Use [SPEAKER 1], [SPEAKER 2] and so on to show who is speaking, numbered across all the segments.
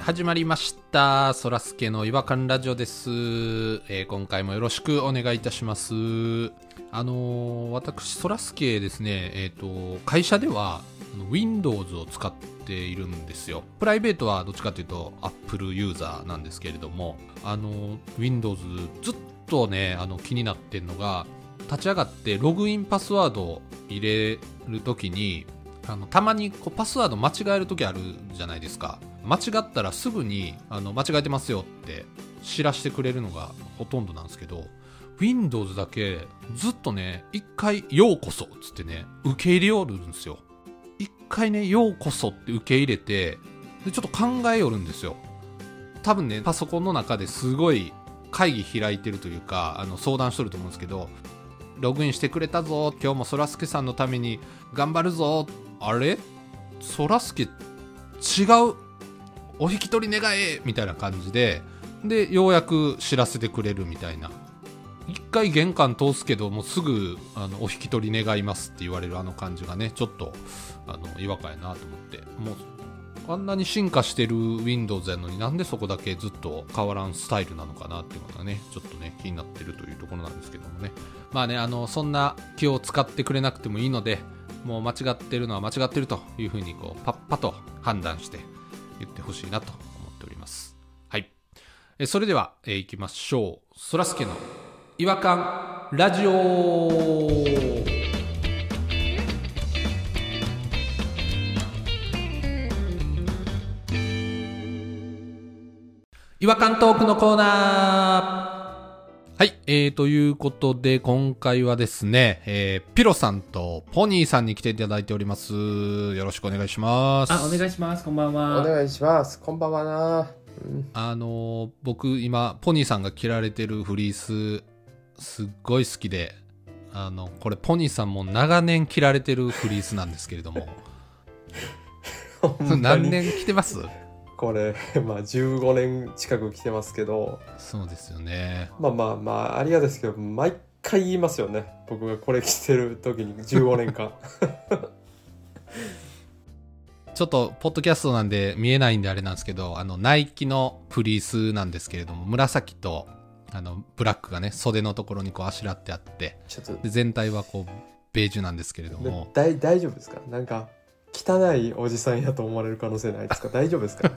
[SPEAKER 1] 始まりました。そらすけの違和感ラジオです、えー今回もよろしくお願いいたします。あのー私、そらすけですね、えっ、と、会社では、あの Windows を使っているんですよ。プライベートはどっちかというと Apple ユーザーなんですけれども、あの、Windows ずっとね、あの、気になってんのが、立ち上がってログインパスワードを入れるときにあのたまにこうパスワード間違えるときあるじゃないですか間違ったらすぐにあの間違えてますよって知らせてくれるのがほとんどなんですけど Windows だけずっとね一回「ようこそ」っつってね受け入れよるんですよ一回ね「ようこそ」って受け入れてでちょっと考えよるんですよ多分ねパソコンの中ですごい会議開いてるというかあの相談しとると思うんですけどログインしてくれたぞ今日もそらすけさんのために頑張るぞあれそらすけ違うお引き取り願えみたいな感じででようやく知らせてくれるみたいな一回玄関通すけどもうすぐあのお引き取り願いますって言われるあの感じがねちょっとあの違和感やなと思ってもうあんなに進化してる Windows やのになんでそこだけずっと変わらんスタイルなのかなっていうのがねちょっとね気になってるというところなんですけどもねまあねあのそんな気を使ってくれなくてもいいのでもう間違ってるのは間違ってるというふうにこうパッパと判断して言ってほしいなと思っておりますはいえそれでは、えー、いきましょうそらすけの違和感ラジオ違和感トークのコーナーはい、えー、ということで、今回はですね、えー、ピロさんとポニーさんに来ていただいております。よろしくお願いします。
[SPEAKER 2] あ、お願いします。こんばん
[SPEAKER 3] お
[SPEAKER 2] は。
[SPEAKER 3] 願いします。こんばんはな。
[SPEAKER 1] あのー僕今ポニーさんが着られてるフリースすっごい好きであのこれポニーさんも長年着られてるフリースなんですけれど も 何年着てます
[SPEAKER 3] これ、 まあ15年近く来てますけど、
[SPEAKER 1] そうですよね
[SPEAKER 3] まあまあまあ、ありがたいですけど、毎回言いますよね。僕がこれ着てる時に15年 間。
[SPEAKER 1] ちょっとポッドキャストなんで見えないんであれなんですけどあのナイキのフリースなんですけれども紫とあのブラックがね袖のところにこうあしらってあって
[SPEAKER 3] ちょっと
[SPEAKER 1] で全体はこうベージュなんですけれども
[SPEAKER 3] だい大丈夫ですかなんか、汚いおじさんやと思われる可能性ないですか大丈夫ですか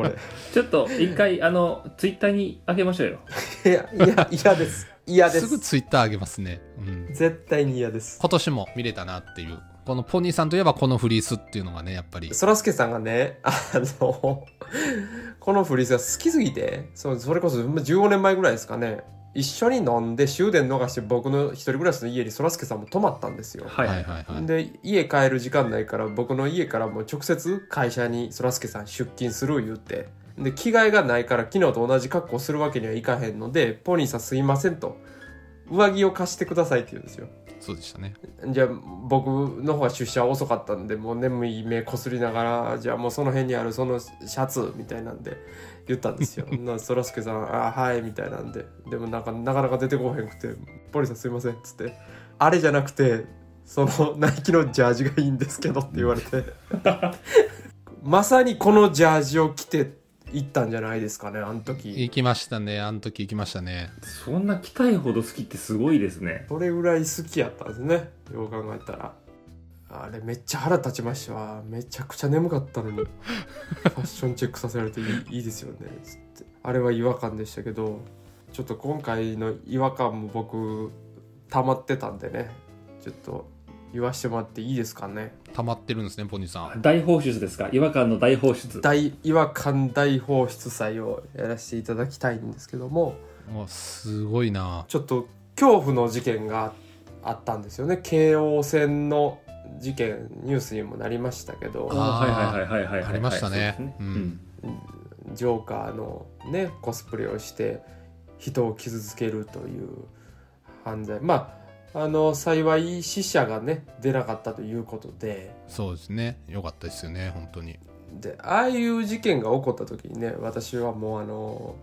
[SPEAKER 3] れ。
[SPEAKER 2] ちょっと一回、あの、ツイッターにあげましょうよ。
[SPEAKER 3] いや、いや、嫌です。嫌です
[SPEAKER 1] ぐ
[SPEAKER 3] す。
[SPEAKER 1] ツイッター上げますね、うん、
[SPEAKER 3] 絶対に嫌です。
[SPEAKER 1] 今年も見れたなっていうこのポニーさんといえばこのフリースっていうのがねやっぱり
[SPEAKER 3] そらすけさんがね、あの、このフリーズが好きすぎて、そうそれこそ15年前ぐらいですかね、一緒に飲んで終電逃して僕の一人暮らしの家にそらすけさんも泊まったんですよ。
[SPEAKER 2] はい。
[SPEAKER 1] はいはいはい
[SPEAKER 3] で、家帰る時間ないから僕の家からもう直接会社にそらすけさん出勤する言うて、で、着替えがないから昨日と同じ格好するわけにはいかへんので、ポニーさんすいませんと、上着を貸してくださいって言うんですよ。
[SPEAKER 1] そうでしたね
[SPEAKER 3] じゃあ僕の方が出社遅かったんでもう眠い目こすりながらじゃあもうその辺にあるそのシャツみたいなんで言ったんですよなそらすけさん「あはい」みたいなんででもなんかなかなか出てこへんくて「ポリさんすいません」っつって「あれじゃなくてそのナイキのジャージがいいんですけど」って言われてまさにこのジャージを着て行ったんじゃないですかねあの時
[SPEAKER 1] 行きましたねあの時行きましたね
[SPEAKER 2] そんな着たいほど好きってすごいですね。
[SPEAKER 3] それぐらい好きやったんですねよう考えたらあれめっちゃ腹立ちましたわめちゃくちゃ眠かったのにファッションチェックさせられていいいいですよねつってあれは違和感でしたけどちょっと今回の違和感も僕溜まってたんでねちょっと言わしてもらっていいですかね
[SPEAKER 1] 溜まってるんですねポニーさん
[SPEAKER 2] 大放出ですか違和感の大放出。
[SPEAKER 3] 大違和感大放出祭をやらせていただきたいんですけども
[SPEAKER 1] もうすごいな
[SPEAKER 3] ちょっと恐怖の事件があったんですよね京王線の事件ニュースにもなりましたけど
[SPEAKER 1] あー
[SPEAKER 2] はいはいはいはいはい。
[SPEAKER 1] ありましたね
[SPEAKER 2] そうです
[SPEAKER 1] うん
[SPEAKER 3] ジョーカーのねコスプレをして人を傷つけるという犯罪まああの幸い死者がね出なかったということで
[SPEAKER 1] そうですねよかったですよね本当に
[SPEAKER 3] でああいう事件が起こった時にね私はもうあの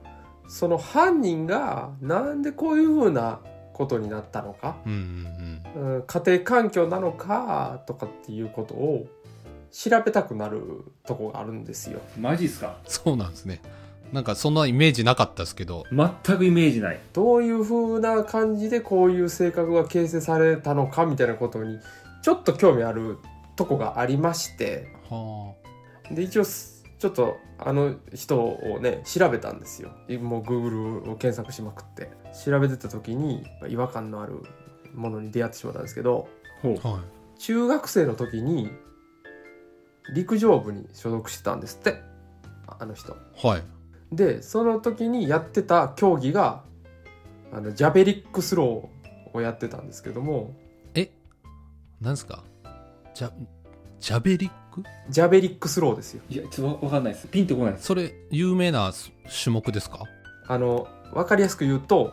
[SPEAKER 3] その犯人がなんでこういうふうなことになったのか
[SPEAKER 1] うんうんうん
[SPEAKER 3] うん家庭環境なのかとかっていうことを調べたくなるとこがあるんですよ。
[SPEAKER 2] マジっすか
[SPEAKER 1] そうなんですね。なんかそんなイメージなかったですけど、
[SPEAKER 2] 全くイメージない。
[SPEAKER 3] どういう風な感じでこういう性格が形成されたのかみたいなことにちょっと興味あるとこがありまして
[SPEAKER 1] は
[SPEAKER 3] で一応すちょっとあの人をね調べたんですよもう Google を検索しまくって調べてた時に違和感のあるものに出会ってしまったんですけど
[SPEAKER 2] ほう。
[SPEAKER 1] あ、はい。
[SPEAKER 3] 中学生の時に陸上部に所属してたんですってああの人
[SPEAKER 1] はい。
[SPEAKER 3] でその時にやってた競技があのジャベリックスローをやってたんですけども
[SPEAKER 1] なんですかジャ、ジャベリック
[SPEAKER 3] ジャベリックスローですよ
[SPEAKER 2] いや、ちょっとわかんないです。ピンとこないです。
[SPEAKER 1] それ、有名な種目ですか
[SPEAKER 3] あの分かりやすく言うと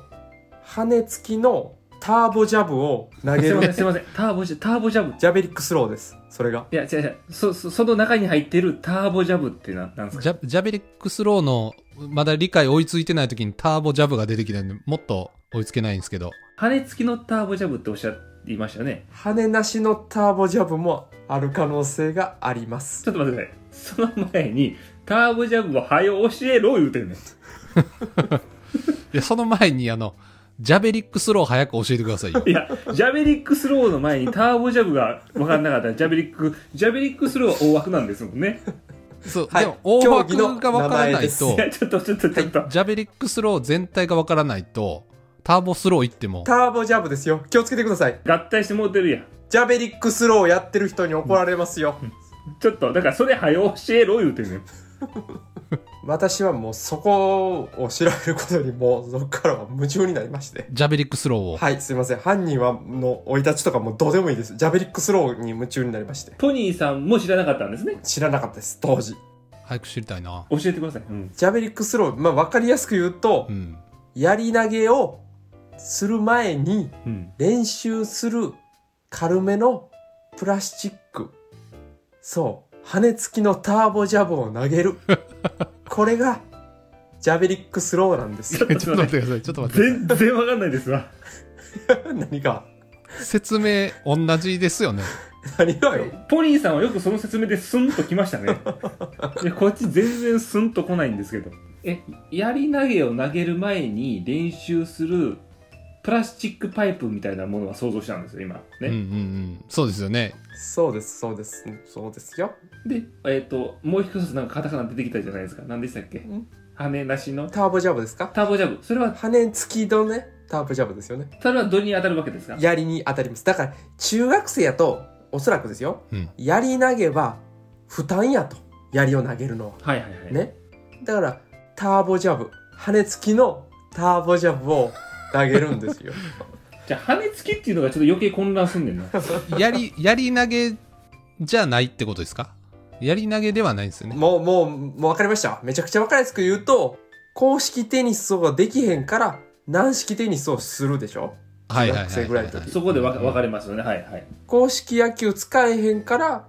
[SPEAKER 3] 羽付きのターボジャブを投
[SPEAKER 2] す
[SPEAKER 3] げ
[SPEAKER 2] いません、
[SPEAKER 3] る
[SPEAKER 2] すいません。ターボジャブ、ターボジャブ。
[SPEAKER 3] ジャベリックスローですそれが
[SPEAKER 2] いや、違う違う。そ、そその中に入ってるターボジャブってな、なんですか
[SPEAKER 1] ジャジャベリックスローの、まだ理解追いついてない時にターボジャブが出てきたんで、もっと追いつけないんですけど。
[SPEAKER 2] 羽付きのターボジャブっておっしゃっていましたね。
[SPEAKER 3] 羽なしのターボジャブもある可能性があります
[SPEAKER 2] ちょっと待ってください。その前に、ターボジャブを早よ教えろ言うてんねん。
[SPEAKER 1] いや、その前に、あの、ジャベリックスロー早く教えてくださいよ。
[SPEAKER 2] いや、ジャベリックスローの前にターボジャブが分かんなかったら、ジャベリック、ジャベリックスローは大枠なんですもんね。
[SPEAKER 1] そう、
[SPEAKER 3] はい
[SPEAKER 1] でも、大
[SPEAKER 3] 競技の
[SPEAKER 1] 枠がわから
[SPEAKER 3] 名前
[SPEAKER 1] な
[SPEAKER 3] で
[SPEAKER 1] い
[SPEAKER 3] す
[SPEAKER 1] と
[SPEAKER 2] い、や、ちょっと、ちょっと、ちょっと。
[SPEAKER 1] ジャベリックスロー全体がわからないと、ターボスロー行っても
[SPEAKER 3] タ、ーボジャブですよ気をつけてください
[SPEAKER 2] 合体してもうてるやん。
[SPEAKER 3] ジャベリックスローやってる人に怒られますよ
[SPEAKER 2] ちょっと、だからそれ早よ教えろ言うてんねん。
[SPEAKER 3] 私はもうそこを調べることにもうそこからは夢中になりまして
[SPEAKER 1] ジャベリックスローを。
[SPEAKER 3] はい、すいません。犯人は、の、生い立ちとかもうどうでもいいです。ジャベリックスローに夢中になりまして。
[SPEAKER 2] トニーさんも知らなかったんですね。
[SPEAKER 3] 知らなかったです、当時。
[SPEAKER 1] 早く知りたいな。
[SPEAKER 2] 教えてください。うん。
[SPEAKER 3] ジャベリックスロー、まあ、わかりやすく言うと
[SPEAKER 1] う、ん。
[SPEAKER 3] やり投げをする前に
[SPEAKER 2] うん。
[SPEAKER 3] 練習する軽めのプラスチック。そう。羽付きのターボジャブを 投げる。これが、ジャベリックスローなんですよ。
[SPEAKER 1] ちょっと待ってください。ちょっと待ってくだ
[SPEAKER 2] 全然わかんないですわ。
[SPEAKER 3] 何が
[SPEAKER 1] さい。説明、同じですよね。
[SPEAKER 3] 何がよ。
[SPEAKER 2] ポニーさんはよくその説明でスンときました ね。いや、こっち全然スンと来ないんですけど。え、やり投げを投げる前に練習するプラスチックパイプみたいなものは想像したんですよ、今。
[SPEAKER 1] うんうんう
[SPEAKER 2] ね。
[SPEAKER 1] ん。そうですよね。
[SPEAKER 3] そうです、そうです。そうですよ。
[SPEAKER 2] で、えっ、と、もう一つなんかカタカナ出てきたじゃないですか。何でしたっけ
[SPEAKER 3] ん
[SPEAKER 2] 羽なしの
[SPEAKER 3] ターボジャブですか
[SPEAKER 2] ターボジャブ。それは、
[SPEAKER 3] 羽付きのね、ターボジャブですよね。
[SPEAKER 2] それはどれに当たるわけですか
[SPEAKER 3] 槍に当たりますだから中学生やとおそらくですよ
[SPEAKER 1] うん。
[SPEAKER 3] 槍投げは負担やと槍を投げるのは
[SPEAKER 2] はいはいはい。
[SPEAKER 3] ねだからターボジャブ羽付きのターボジャブを投げるんです よ
[SPEAKER 2] じゃあ、羽付きっていうのがちょっと余計混乱すんねんな。
[SPEAKER 1] やり、やり投げじゃないってことですかやり投げではないんですよね。
[SPEAKER 3] もうもうもう分かりましためちゃくちゃ分かりやすく言うと公式テニスをできへんから軟式テニスをするでしょ
[SPEAKER 1] はいはいはいはい、はい。
[SPEAKER 3] 学生ぐらいの時
[SPEAKER 2] そこでわか分か
[SPEAKER 1] る。
[SPEAKER 2] れますよね。はいはい。
[SPEAKER 3] 公式野球使えへんから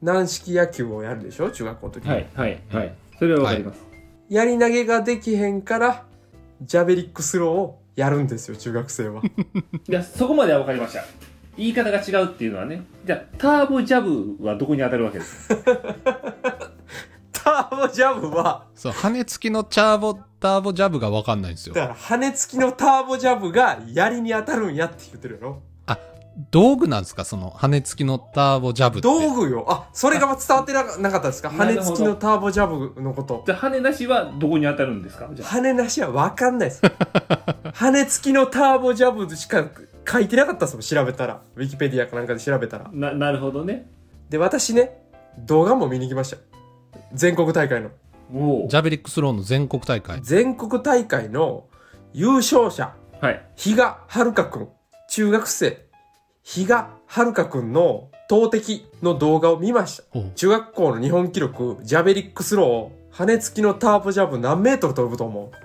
[SPEAKER 3] 軟式野球をやるでしょ中学校の時に
[SPEAKER 2] はいはいはい。それはわかります。
[SPEAKER 3] やり投げができへんから、ジャベリックスローをやるんですよ、中学生 は。
[SPEAKER 2] いや、そこまでは分かりました。言い方が違うっていうのはね。じゃあ、ターボジャブはどこに当たるわけですか
[SPEAKER 3] ターボジャブは、
[SPEAKER 1] そう、羽付きのチャーボ、ターボジャブがわかんないんですよ
[SPEAKER 3] だ。から羽付きのターボジャブが槍に当たるんやって言ってるやろ。
[SPEAKER 1] 道具なんですかその羽付きのターボジャブって。
[SPEAKER 3] 道具よ。あ、それが伝わってななかったですか
[SPEAKER 2] なるほ
[SPEAKER 3] 羽
[SPEAKER 2] ど
[SPEAKER 3] 付きのターボジャブのこと。
[SPEAKER 2] じゃあ、羽なしはどこに当たるんですかじゃあ、
[SPEAKER 3] 羽なしはわかんないです。 羽付きのターボジャブしか書いてなかったですもん、調べたら。ウィキペディアかなんかで調べたら。
[SPEAKER 2] な、なるほどね。
[SPEAKER 3] で、私ね、動画も見に行きました。全国大会の。
[SPEAKER 2] おお
[SPEAKER 1] ジ。ャベリックスローの全国大会。
[SPEAKER 3] 全国大会の優勝者。
[SPEAKER 2] はい。
[SPEAKER 3] 比嘉遥香くん、中学生、比嘉遥香くんの投擲の動画を見ました。
[SPEAKER 1] おう
[SPEAKER 3] 中学校の日本記録、ジャベリックスロー、羽根付きのターボジャブ何メートル飛ぶと思う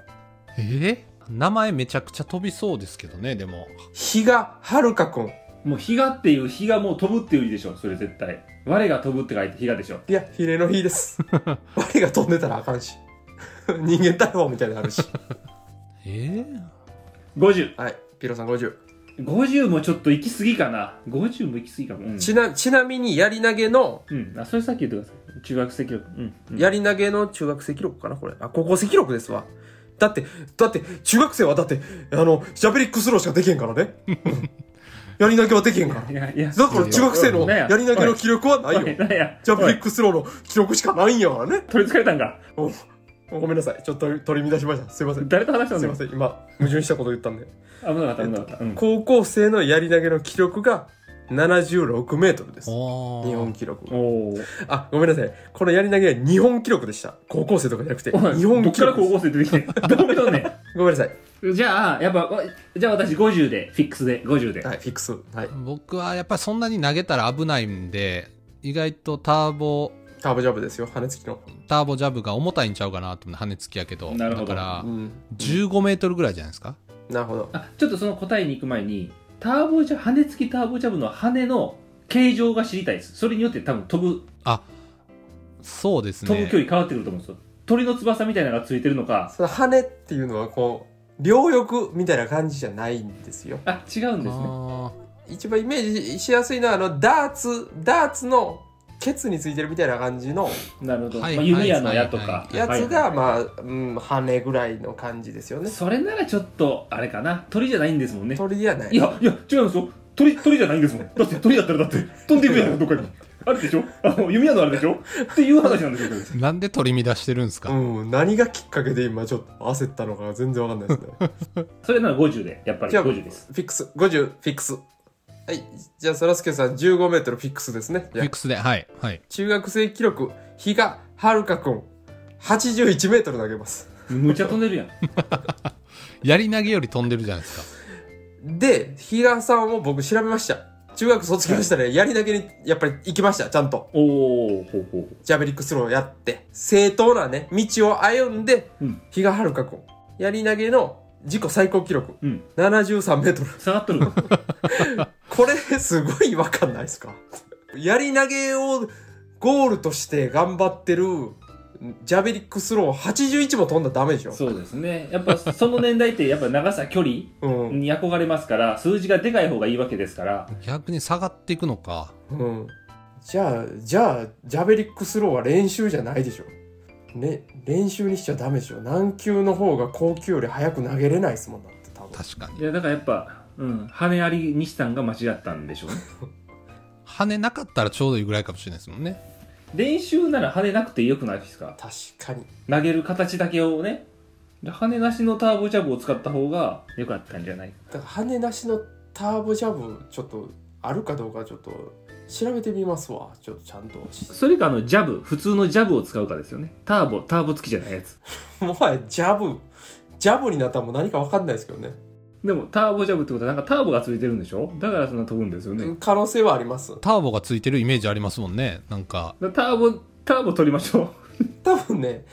[SPEAKER 1] えー名前めちゃくちゃ飛びそうですけどね、でも。
[SPEAKER 3] 比嘉遥香くん。
[SPEAKER 2] もう、日がっていう、日がもう飛ぶっていう字でしょ。それ絶対。我が飛ぶって書いて、日がでしょ。
[SPEAKER 3] いや、ヒレの 日です。我が飛んでたらあかんし。人 間逮捕みたいになるし。
[SPEAKER 1] えー
[SPEAKER 2] 50。
[SPEAKER 3] はい、ピロさん50。
[SPEAKER 2] 50もちょっと行き過ぎかな50も行き過ぎかも、うん
[SPEAKER 3] ちなちなみにやり投げの
[SPEAKER 2] うん、あそれさっき言ってください中学生記録うん、うん
[SPEAKER 3] やり投げの中学生記録かなこれあ高校生記録ですわだってだって中学生はだってあのジャベリックスローしかできへんからね うんやり投げはできへんから
[SPEAKER 2] いやいや
[SPEAKER 3] だから中学生のやり投げの記録はない
[SPEAKER 2] お
[SPEAKER 3] よ
[SPEAKER 2] いなんや
[SPEAKER 3] ジャベリッ
[SPEAKER 2] おい
[SPEAKER 3] クスローの記録しかないんやからね
[SPEAKER 2] 取りつかれたんか
[SPEAKER 3] おごめんなさいちょっと取り乱しましたすいません
[SPEAKER 2] 誰と話したんだ
[SPEAKER 3] すいま
[SPEAKER 2] よ
[SPEAKER 3] せん今矛盾したこと言ったんで
[SPEAKER 2] 危なかった危なかった、うん、
[SPEAKER 3] 高校生のやり投げの記録が76メートルです
[SPEAKER 1] おー
[SPEAKER 3] 日本記録
[SPEAKER 2] おー
[SPEAKER 3] あごめんなさいこのやり投げは日本記録でした高校生とかじゃなくて
[SPEAKER 2] おい
[SPEAKER 3] 日本
[SPEAKER 2] どっ
[SPEAKER 3] 記
[SPEAKER 2] から
[SPEAKER 3] 録
[SPEAKER 2] 高校生出てきてどう見とんねん
[SPEAKER 3] ごめんなさい
[SPEAKER 2] じゃあ、やっぱ、わじゃあ私50で、フィックスで、50で。
[SPEAKER 3] はいフィックスはい
[SPEAKER 1] 僕はやっぱりそんなに投げたら危ないんで意外とターボ
[SPEAKER 3] ターボジャブですよ羽根付きの
[SPEAKER 1] ターボジャブが重たいんちゃうかなと思って羽根付きやけど
[SPEAKER 2] なるほど
[SPEAKER 1] だから
[SPEAKER 3] うん
[SPEAKER 1] 15メートルぐらいじゃないですか
[SPEAKER 3] なるほど
[SPEAKER 2] あ、ちょっとその答えに行く前に、ターボジャ、羽根付きターボジャブの羽の形状が知りたいです。それによって多分飛ぶ、
[SPEAKER 1] あそうです
[SPEAKER 2] 飛ぶ距
[SPEAKER 1] ね
[SPEAKER 2] 離変わってくると思うんですよ。鳥の翼みたいなのがついてるのか、
[SPEAKER 3] その羽根っていうのはこう両翼みたいな感じじゃないんですよ
[SPEAKER 2] あ、違うんですね。
[SPEAKER 1] あ
[SPEAKER 3] 一番イメージしやすいのはあのダーツダーツのケツについてるみたいな感じの
[SPEAKER 2] なるほど。
[SPEAKER 1] はい
[SPEAKER 2] まあ、夢屋の矢とか。
[SPEAKER 3] やつ
[SPEAKER 2] は
[SPEAKER 3] が
[SPEAKER 2] い
[SPEAKER 3] まあ、うん、羽根ぐらいの感じですよね
[SPEAKER 2] それならちょっと、あれかな。鳥じゃないんですもんね。
[SPEAKER 3] 鳥じゃない
[SPEAKER 2] いや、いや、違うんですよ。鳥、鳥じゃないんですもん。だって鳥だったらだって、飛んでいくやん、どっかに。あれでしょあの、弓矢のあれでしょっていう話なんですよ、これ
[SPEAKER 1] ーなんで取り乱してるんですか、
[SPEAKER 3] うん、何がきっかけで今ちょっと焦ったのか全然わかんない ですね
[SPEAKER 2] それなら50で、やっぱり
[SPEAKER 3] じゃあ
[SPEAKER 2] 50です。
[SPEAKER 3] フィックス50フィックスはいじゃあそらすけさん1 5ルフィックスですねじ
[SPEAKER 1] フ
[SPEAKER 3] ゃあ
[SPEAKER 1] ィックスではいはい
[SPEAKER 3] 中学生記録比嘉遥君8 1ル投げます
[SPEAKER 2] むちゃ飛んでるやん。
[SPEAKER 1] やり投げより飛んでるじゃないですか
[SPEAKER 3] で比嘉さんを僕調べました中学卒業したらやり投げにやっぱり行きましたちゃんと
[SPEAKER 2] おおほうほう
[SPEAKER 3] ジャベリックスローやって正当なね道を歩んで
[SPEAKER 2] うん
[SPEAKER 3] 比嘉遥君やり投げの自己最高記録
[SPEAKER 2] うん
[SPEAKER 3] 7 3ル
[SPEAKER 2] 下がっとる
[SPEAKER 3] これすごい違和感ないですかやり投げをゴールとして頑張ってるジャベリックスロー81も飛んだらダメでしょ。
[SPEAKER 2] そうですねやっぱその年代ってやっぱ長さ距離
[SPEAKER 3] うん。
[SPEAKER 2] に憧れますから数字がでかい方がいいわけですから
[SPEAKER 1] 逆に下がっていくのか
[SPEAKER 3] うん。じゃあ、じゃあ、ジャベリックスローは練習じゃないでしょ。ね、練習にしちゃダメでしょ。難球の方が高級より早く投げれないですもんだって、多分。
[SPEAKER 1] 確かに
[SPEAKER 2] いやだからやっぱうん羽あり西さんが間違ったんでしょうね
[SPEAKER 1] 羽なかったらちょうどいいぐらいかもしれないですもんね
[SPEAKER 2] 練習なら羽なくてよくないですか
[SPEAKER 3] 確かに。
[SPEAKER 2] 投げる形だけをね羽なしのターボジャブを使った方が良かったんじゃない
[SPEAKER 3] だから、羽なしのターボジャブ、ちょっと、あるかどうかちょっと、調べてみますわ。ちょっとちゃんと。
[SPEAKER 2] それかあのジャブ普通のジャブを使うかですよねターボターボ付きじゃないやつ
[SPEAKER 3] もはやジャブ、ジャブになったらもう何か分かんないですけどね。
[SPEAKER 2] でもターボジャブってことはなんかターボがついてるんでしょだからそんな飛ぶんですよね
[SPEAKER 3] 可能性はあります。
[SPEAKER 1] ターボがついてるイメージありますもんねなんか
[SPEAKER 2] ターボ、ターボ取りましょ
[SPEAKER 3] 多分ね、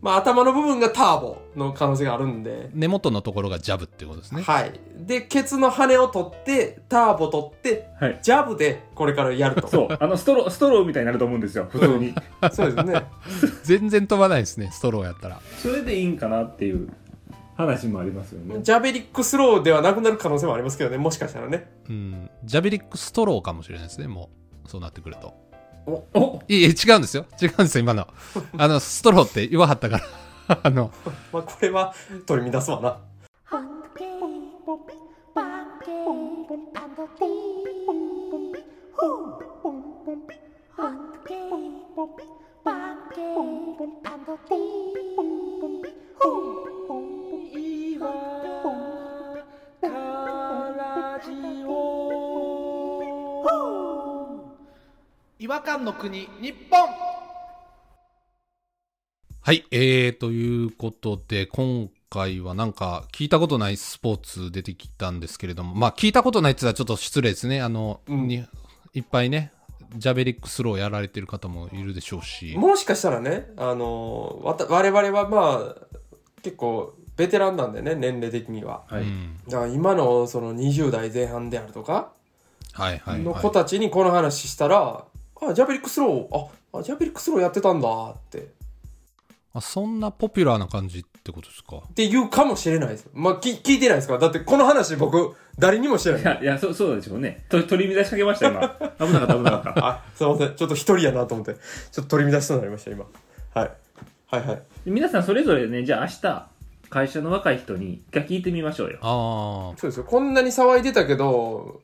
[SPEAKER 3] まあ頭の部分がターボの可能性があるんで、
[SPEAKER 1] 根元のところがジャブってことですね
[SPEAKER 3] はい。で、ケツの羽を取って、ターボ取って、
[SPEAKER 2] はい
[SPEAKER 3] ジャブでこれからやる
[SPEAKER 2] う。
[SPEAKER 3] と。
[SPEAKER 2] そう。あの、ストロー、ストローみたいになると思うんですよ、 普通に。
[SPEAKER 3] そうですね。
[SPEAKER 1] 全然飛ばないですねストローやったら
[SPEAKER 2] それでいいんかなっていう話もありますよね。
[SPEAKER 3] ジャベリックスローではなくなる可能性もありますけどね、もしかしたらね。
[SPEAKER 1] うんジャベリックストローかもしれないですねもうそうなってくると
[SPEAKER 2] お
[SPEAKER 1] いえいえ違うんですよ違うんですよ今のあのストローって言わはったから あの
[SPEAKER 3] まあこれは取り乱すわな。
[SPEAKER 4] 違和感の国日本
[SPEAKER 1] はいえー、ということで今回はなんか聞いたことないスポーツ出てきたんですけれどもまあ聞いたことないって言ったらちょっと失礼ですねあの、
[SPEAKER 3] うん
[SPEAKER 1] にいっぱいねジャベリックスローやられてる方もいるでしょうし
[SPEAKER 3] もしかしたらね、あの、わた我々はまあ、結構ベテランなんでね、年齢的には。
[SPEAKER 2] は
[SPEAKER 1] う
[SPEAKER 2] い。
[SPEAKER 1] ん、
[SPEAKER 3] だから今のその20代前半であるとか
[SPEAKER 1] はいはい、
[SPEAKER 3] の
[SPEAKER 1] はい
[SPEAKER 3] 子たちにこの話したら、あジャベリックスローああジャベリックスローやってたんだって
[SPEAKER 1] あそんなポピュラーな感じってことですか
[SPEAKER 3] って言うかもしれないです。まあ、き聞いてないですから。だってこの話僕、誰にもしてない い。
[SPEAKER 2] や、いや、そう、そうでしょうね。と取り乱しかけました、今。危なかった、危なかった。
[SPEAKER 3] あ、すいません。ちょっと一人やなと思って、ちょっと取り乱しそうになりました、今。はい。はいはい。
[SPEAKER 2] 皆さんそれぞれね、じゃあ明日、会社の若い人に一回聞いてみましょうよ。
[SPEAKER 1] あ
[SPEAKER 3] そうですよ。こんなに騒いでたけど、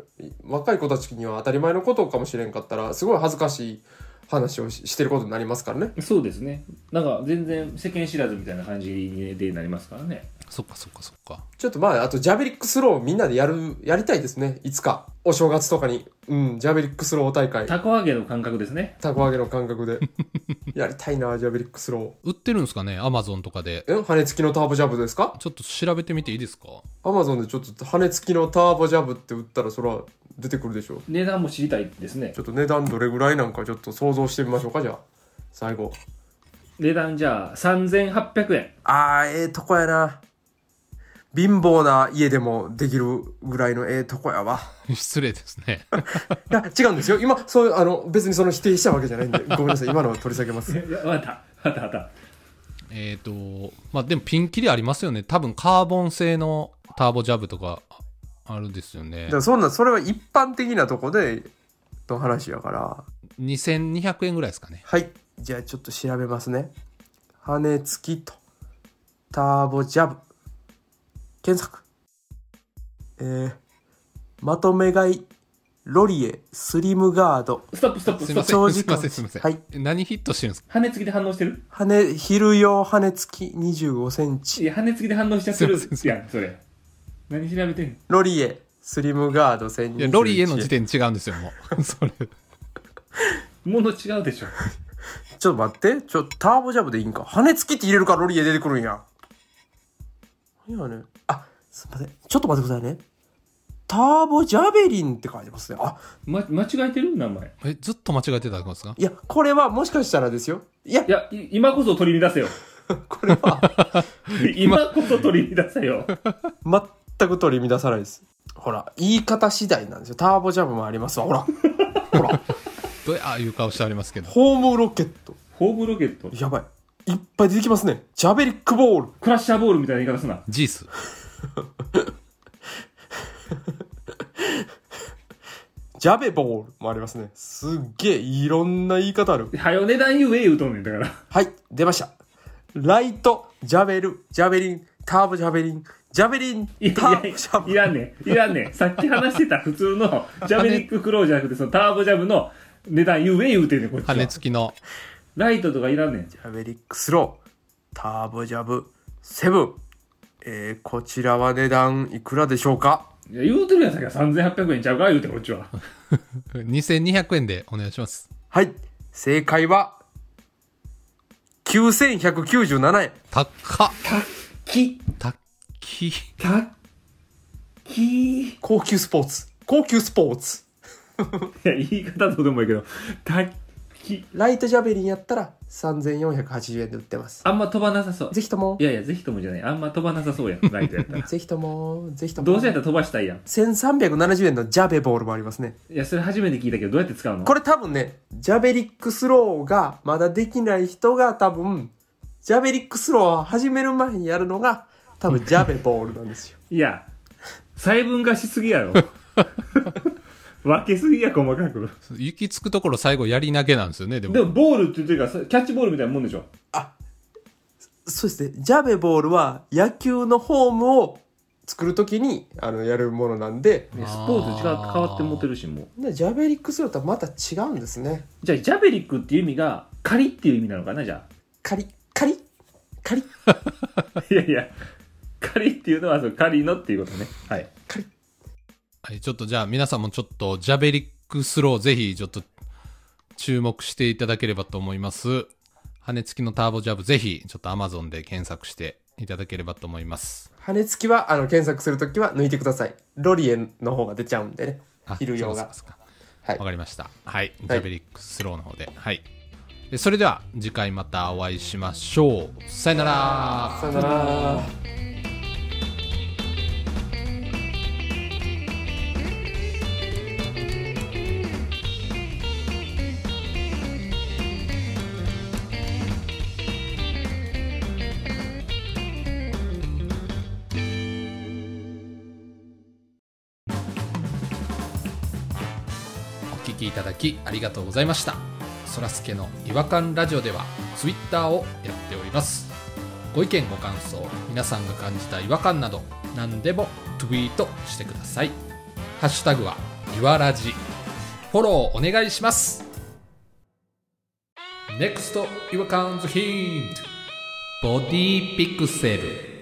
[SPEAKER 3] 若い子たちには当たり前のことかもしれんかったら、すごい恥ずかしい話をししてることになりますからね。
[SPEAKER 2] そうですね。なんか全然世間知らずみたいな感じでなりますからね。
[SPEAKER 1] あそっかそっかそっか
[SPEAKER 3] ちょっとまあ、あとジャベリックスローみんなでやる、やりたいですね。いつか。お正月とかに。うん、ジャベリックスロー大会。
[SPEAKER 2] たこ揚げの感覚ですね。
[SPEAKER 3] たこ揚げの感覚で。やりたいな、ジャベリックスロ
[SPEAKER 1] 売ってるんですかねアマゾンとかで
[SPEAKER 3] ー。え羽根付きのターボジャブですか
[SPEAKER 1] ちょっと調べてみていいですか
[SPEAKER 3] アマゾンでちょっと羽根付きのターボジャブって売ったらそら出てくるでしょう。
[SPEAKER 2] 値段も知りたいですね
[SPEAKER 3] ち。ょっと値段どれぐらいなんかちょっと想像してみましょうか、じゃあ。最後。
[SPEAKER 2] 値段じゃあ3800円。
[SPEAKER 3] あー、ええとこやな。貧乏な家でもできるぐらいのええとこやわ。
[SPEAKER 1] 失礼ですね。
[SPEAKER 3] いや、違うんですよ。今、そういう、あの、別にその否定したわけじゃないんで、ごめんなさい。今のは取り下げます。
[SPEAKER 2] いやわかった、わかった、わかっ
[SPEAKER 1] えっと、まあでもピンキリありますよね。多分カーボン製のターボジャブとかああるですよね
[SPEAKER 3] だか。らそんな、それは一般的なとこでの話やから。
[SPEAKER 1] 2200円ぐらいですかね。
[SPEAKER 3] はい。じゃあちょっと調べますね。羽付きと、ターボジャブ。検索。えー、まとめ買い、ロリエ、スリムガード。
[SPEAKER 2] た。ストップ、ストップ、
[SPEAKER 1] す
[SPEAKER 2] ス
[SPEAKER 1] いま
[SPEAKER 2] トップ。
[SPEAKER 1] せん、
[SPEAKER 3] 正
[SPEAKER 1] すい
[SPEAKER 3] 直
[SPEAKER 1] ません、すいません。
[SPEAKER 3] はい
[SPEAKER 1] 何ヒットしてるんですか
[SPEAKER 2] 羽根付きで反応してる
[SPEAKER 3] 羽、昼用羽付き25セン
[SPEAKER 2] い
[SPEAKER 3] チ。
[SPEAKER 2] や、羽根付きで反応しちゃってる
[SPEAKER 1] すいません
[SPEAKER 2] やん、それ。何調べてんの
[SPEAKER 3] ロリエ、スリムガード1000
[SPEAKER 1] いや、ロリエの時点で違うんですよ、もう。 それ。
[SPEAKER 2] 物違うでしょ。
[SPEAKER 3] ちょっと待って。ちょ、ターボジャブでいいんか。羽付きって入れるからロリエ出てくるんや。何やねんあ、すいません。ちょっと待ってくださいね。ターボジャベリンって書いてますね。あ、
[SPEAKER 2] ま、間違えてる名前。
[SPEAKER 1] え、ずっと間違えてたんですか
[SPEAKER 3] いや、これはもしかしたらですよ。いや
[SPEAKER 2] い、や、い今こそ取り乱せよ。
[SPEAKER 3] これは
[SPEAKER 2] 今こそ取り乱せ よ。
[SPEAKER 3] 全く取り乱さないです。ほら、言い方次第なんですよ。ターボジャブもありますわ。ほら。ほら。
[SPEAKER 1] どやいう顔してありますけど。
[SPEAKER 3] ホームロケット。
[SPEAKER 2] ホームロケット。
[SPEAKER 3] やばい。いっぱい出てきますね。ジャベリックボール。
[SPEAKER 2] クラッシャーボールみたいな言い方すな。
[SPEAKER 1] ジース。
[SPEAKER 3] ジャベボールもありますね。すっげえ、いろんな言い方ある。
[SPEAKER 2] はよ値段言え言うとんねんだから。
[SPEAKER 3] はい、出ました。ライト、ジャベル、ジャベリン、ターボジャベリン、ジャベリン、タ
[SPEAKER 2] いや
[SPEAKER 3] ー
[SPEAKER 2] い
[SPEAKER 3] ボジャ
[SPEAKER 2] や、
[SPEAKER 3] ブ
[SPEAKER 2] い。らんねん。いらんねん。さっき話してた普通のジャベリッククローじゃなくて、そのターボジャブの値段言え言うてんねん、こっち
[SPEAKER 1] 羽根
[SPEAKER 2] は。
[SPEAKER 1] 付きの。
[SPEAKER 2] ライトとかいらんねん。
[SPEAKER 3] ジャベリックスロー、ターボジャブ、セブン。えー、こちらは値段いくらでしょうか
[SPEAKER 2] いや、言うてるやん、さっきは3800円ちゃうか言うて、こっちは。
[SPEAKER 1] 2200円でお願いします。
[SPEAKER 3] はい、正解は、9197円。
[SPEAKER 1] たっか。
[SPEAKER 2] き、
[SPEAKER 1] たっき。
[SPEAKER 2] た、き、
[SPEAKER 3] 高級スポーツ。高級スポーツ。
[SPEAKER 2] いや、言い方どうでもいいけど、た、き、
[SPEAKER 3] ライトジャベリンやったら3480円で売ってます。
[SPEAKER 2] あんま飛ばなさそう。
[SPEAKER 3] ぜひとも。
[SPEAKER 2] い、やいや、ぜひともじゃない。あんま飛ばなさそうやん、ライトやったら
[SPEAKER 3] ぜひとも、ぜひとも。
[SPEAKER 2] どうせやったら飛ばしたいやん。
[SPEAKER 3] 1370円のジャベボールもありますね。
[SPEAKER 2] いや、それ初めて聞いたけど、どうやって使うの
[SPEAKER 3] これ多分ね、ジャベリックスローがまだできない人が多分、ジャベリックスローを始める前にやるのが多分ジャベボールなんです よ。
[SPEAKER 2] いや、細分化しすぎや ろ。分けすぎや、細かく。
[SPEAKER 1] 行き着くところ最後やり投げなんですよね、でも。
[SPEAKER 2] でも、ボールって言ってるから、そキャッチボールみたいなもんでしょ。
[SPEAKER 3] そうですね。ジャベボールは野球のフォームを作るときにあのやるものなんで、
[SPEAKER 2] ねスポーツ違う
[SPEAKER 1] あー
[SPEAKER 2] 変わって持てるし、もう。
[SPEAKER 3] でジャベリックスローとはまた違うんですね。
[SPEAKER 2] じゃあ、ジャベリックっていう意味が、仮っていう意味なのかな、じゃ
[SPEAKER 3] カリッ、カリッ、カリッ、
[SPEAKER 2] あ。 いやいや、仮っていうのは、その仮のっていうことね。はい。
[SPEAKER 3] カリッ。
[SPEAKER 1] はい、ちょっとじゃあ皆さんもちょっとジャベリックスローぜひちょっと注目していただければと思います。羽根付きのターボジャブぜひちょっと Amazon で検索していただければと思います。
[SPEAKER 3] 羽根付きはあの検索するときは抜いてください。ロリエの方が出ちゃうんでね
[SPEAKER 1] あ。
[SPEAKER 3] 昼用が。
[SPEAKER 1] そうかそうかそうか
[SPEAKER 3] はい
[SPEAKER 1] わかりました。はい。ジャベリックスローの方で。はい。でそれでは次回またお会いしましょう。さよなら。
[SPEAKER 3] さよなら。
[SPEAKER 5] 「
[SPEAKER 1] 聞きいただきありがとうございましたそらすけの違和感ラジオではツイッターをやっておりますご意見ご感想皆さんが感じた違和感など何でもツイートしてくださいハッシュタグはいわらじフォローお願いします NEXT 違和感ズヒントボディピクセル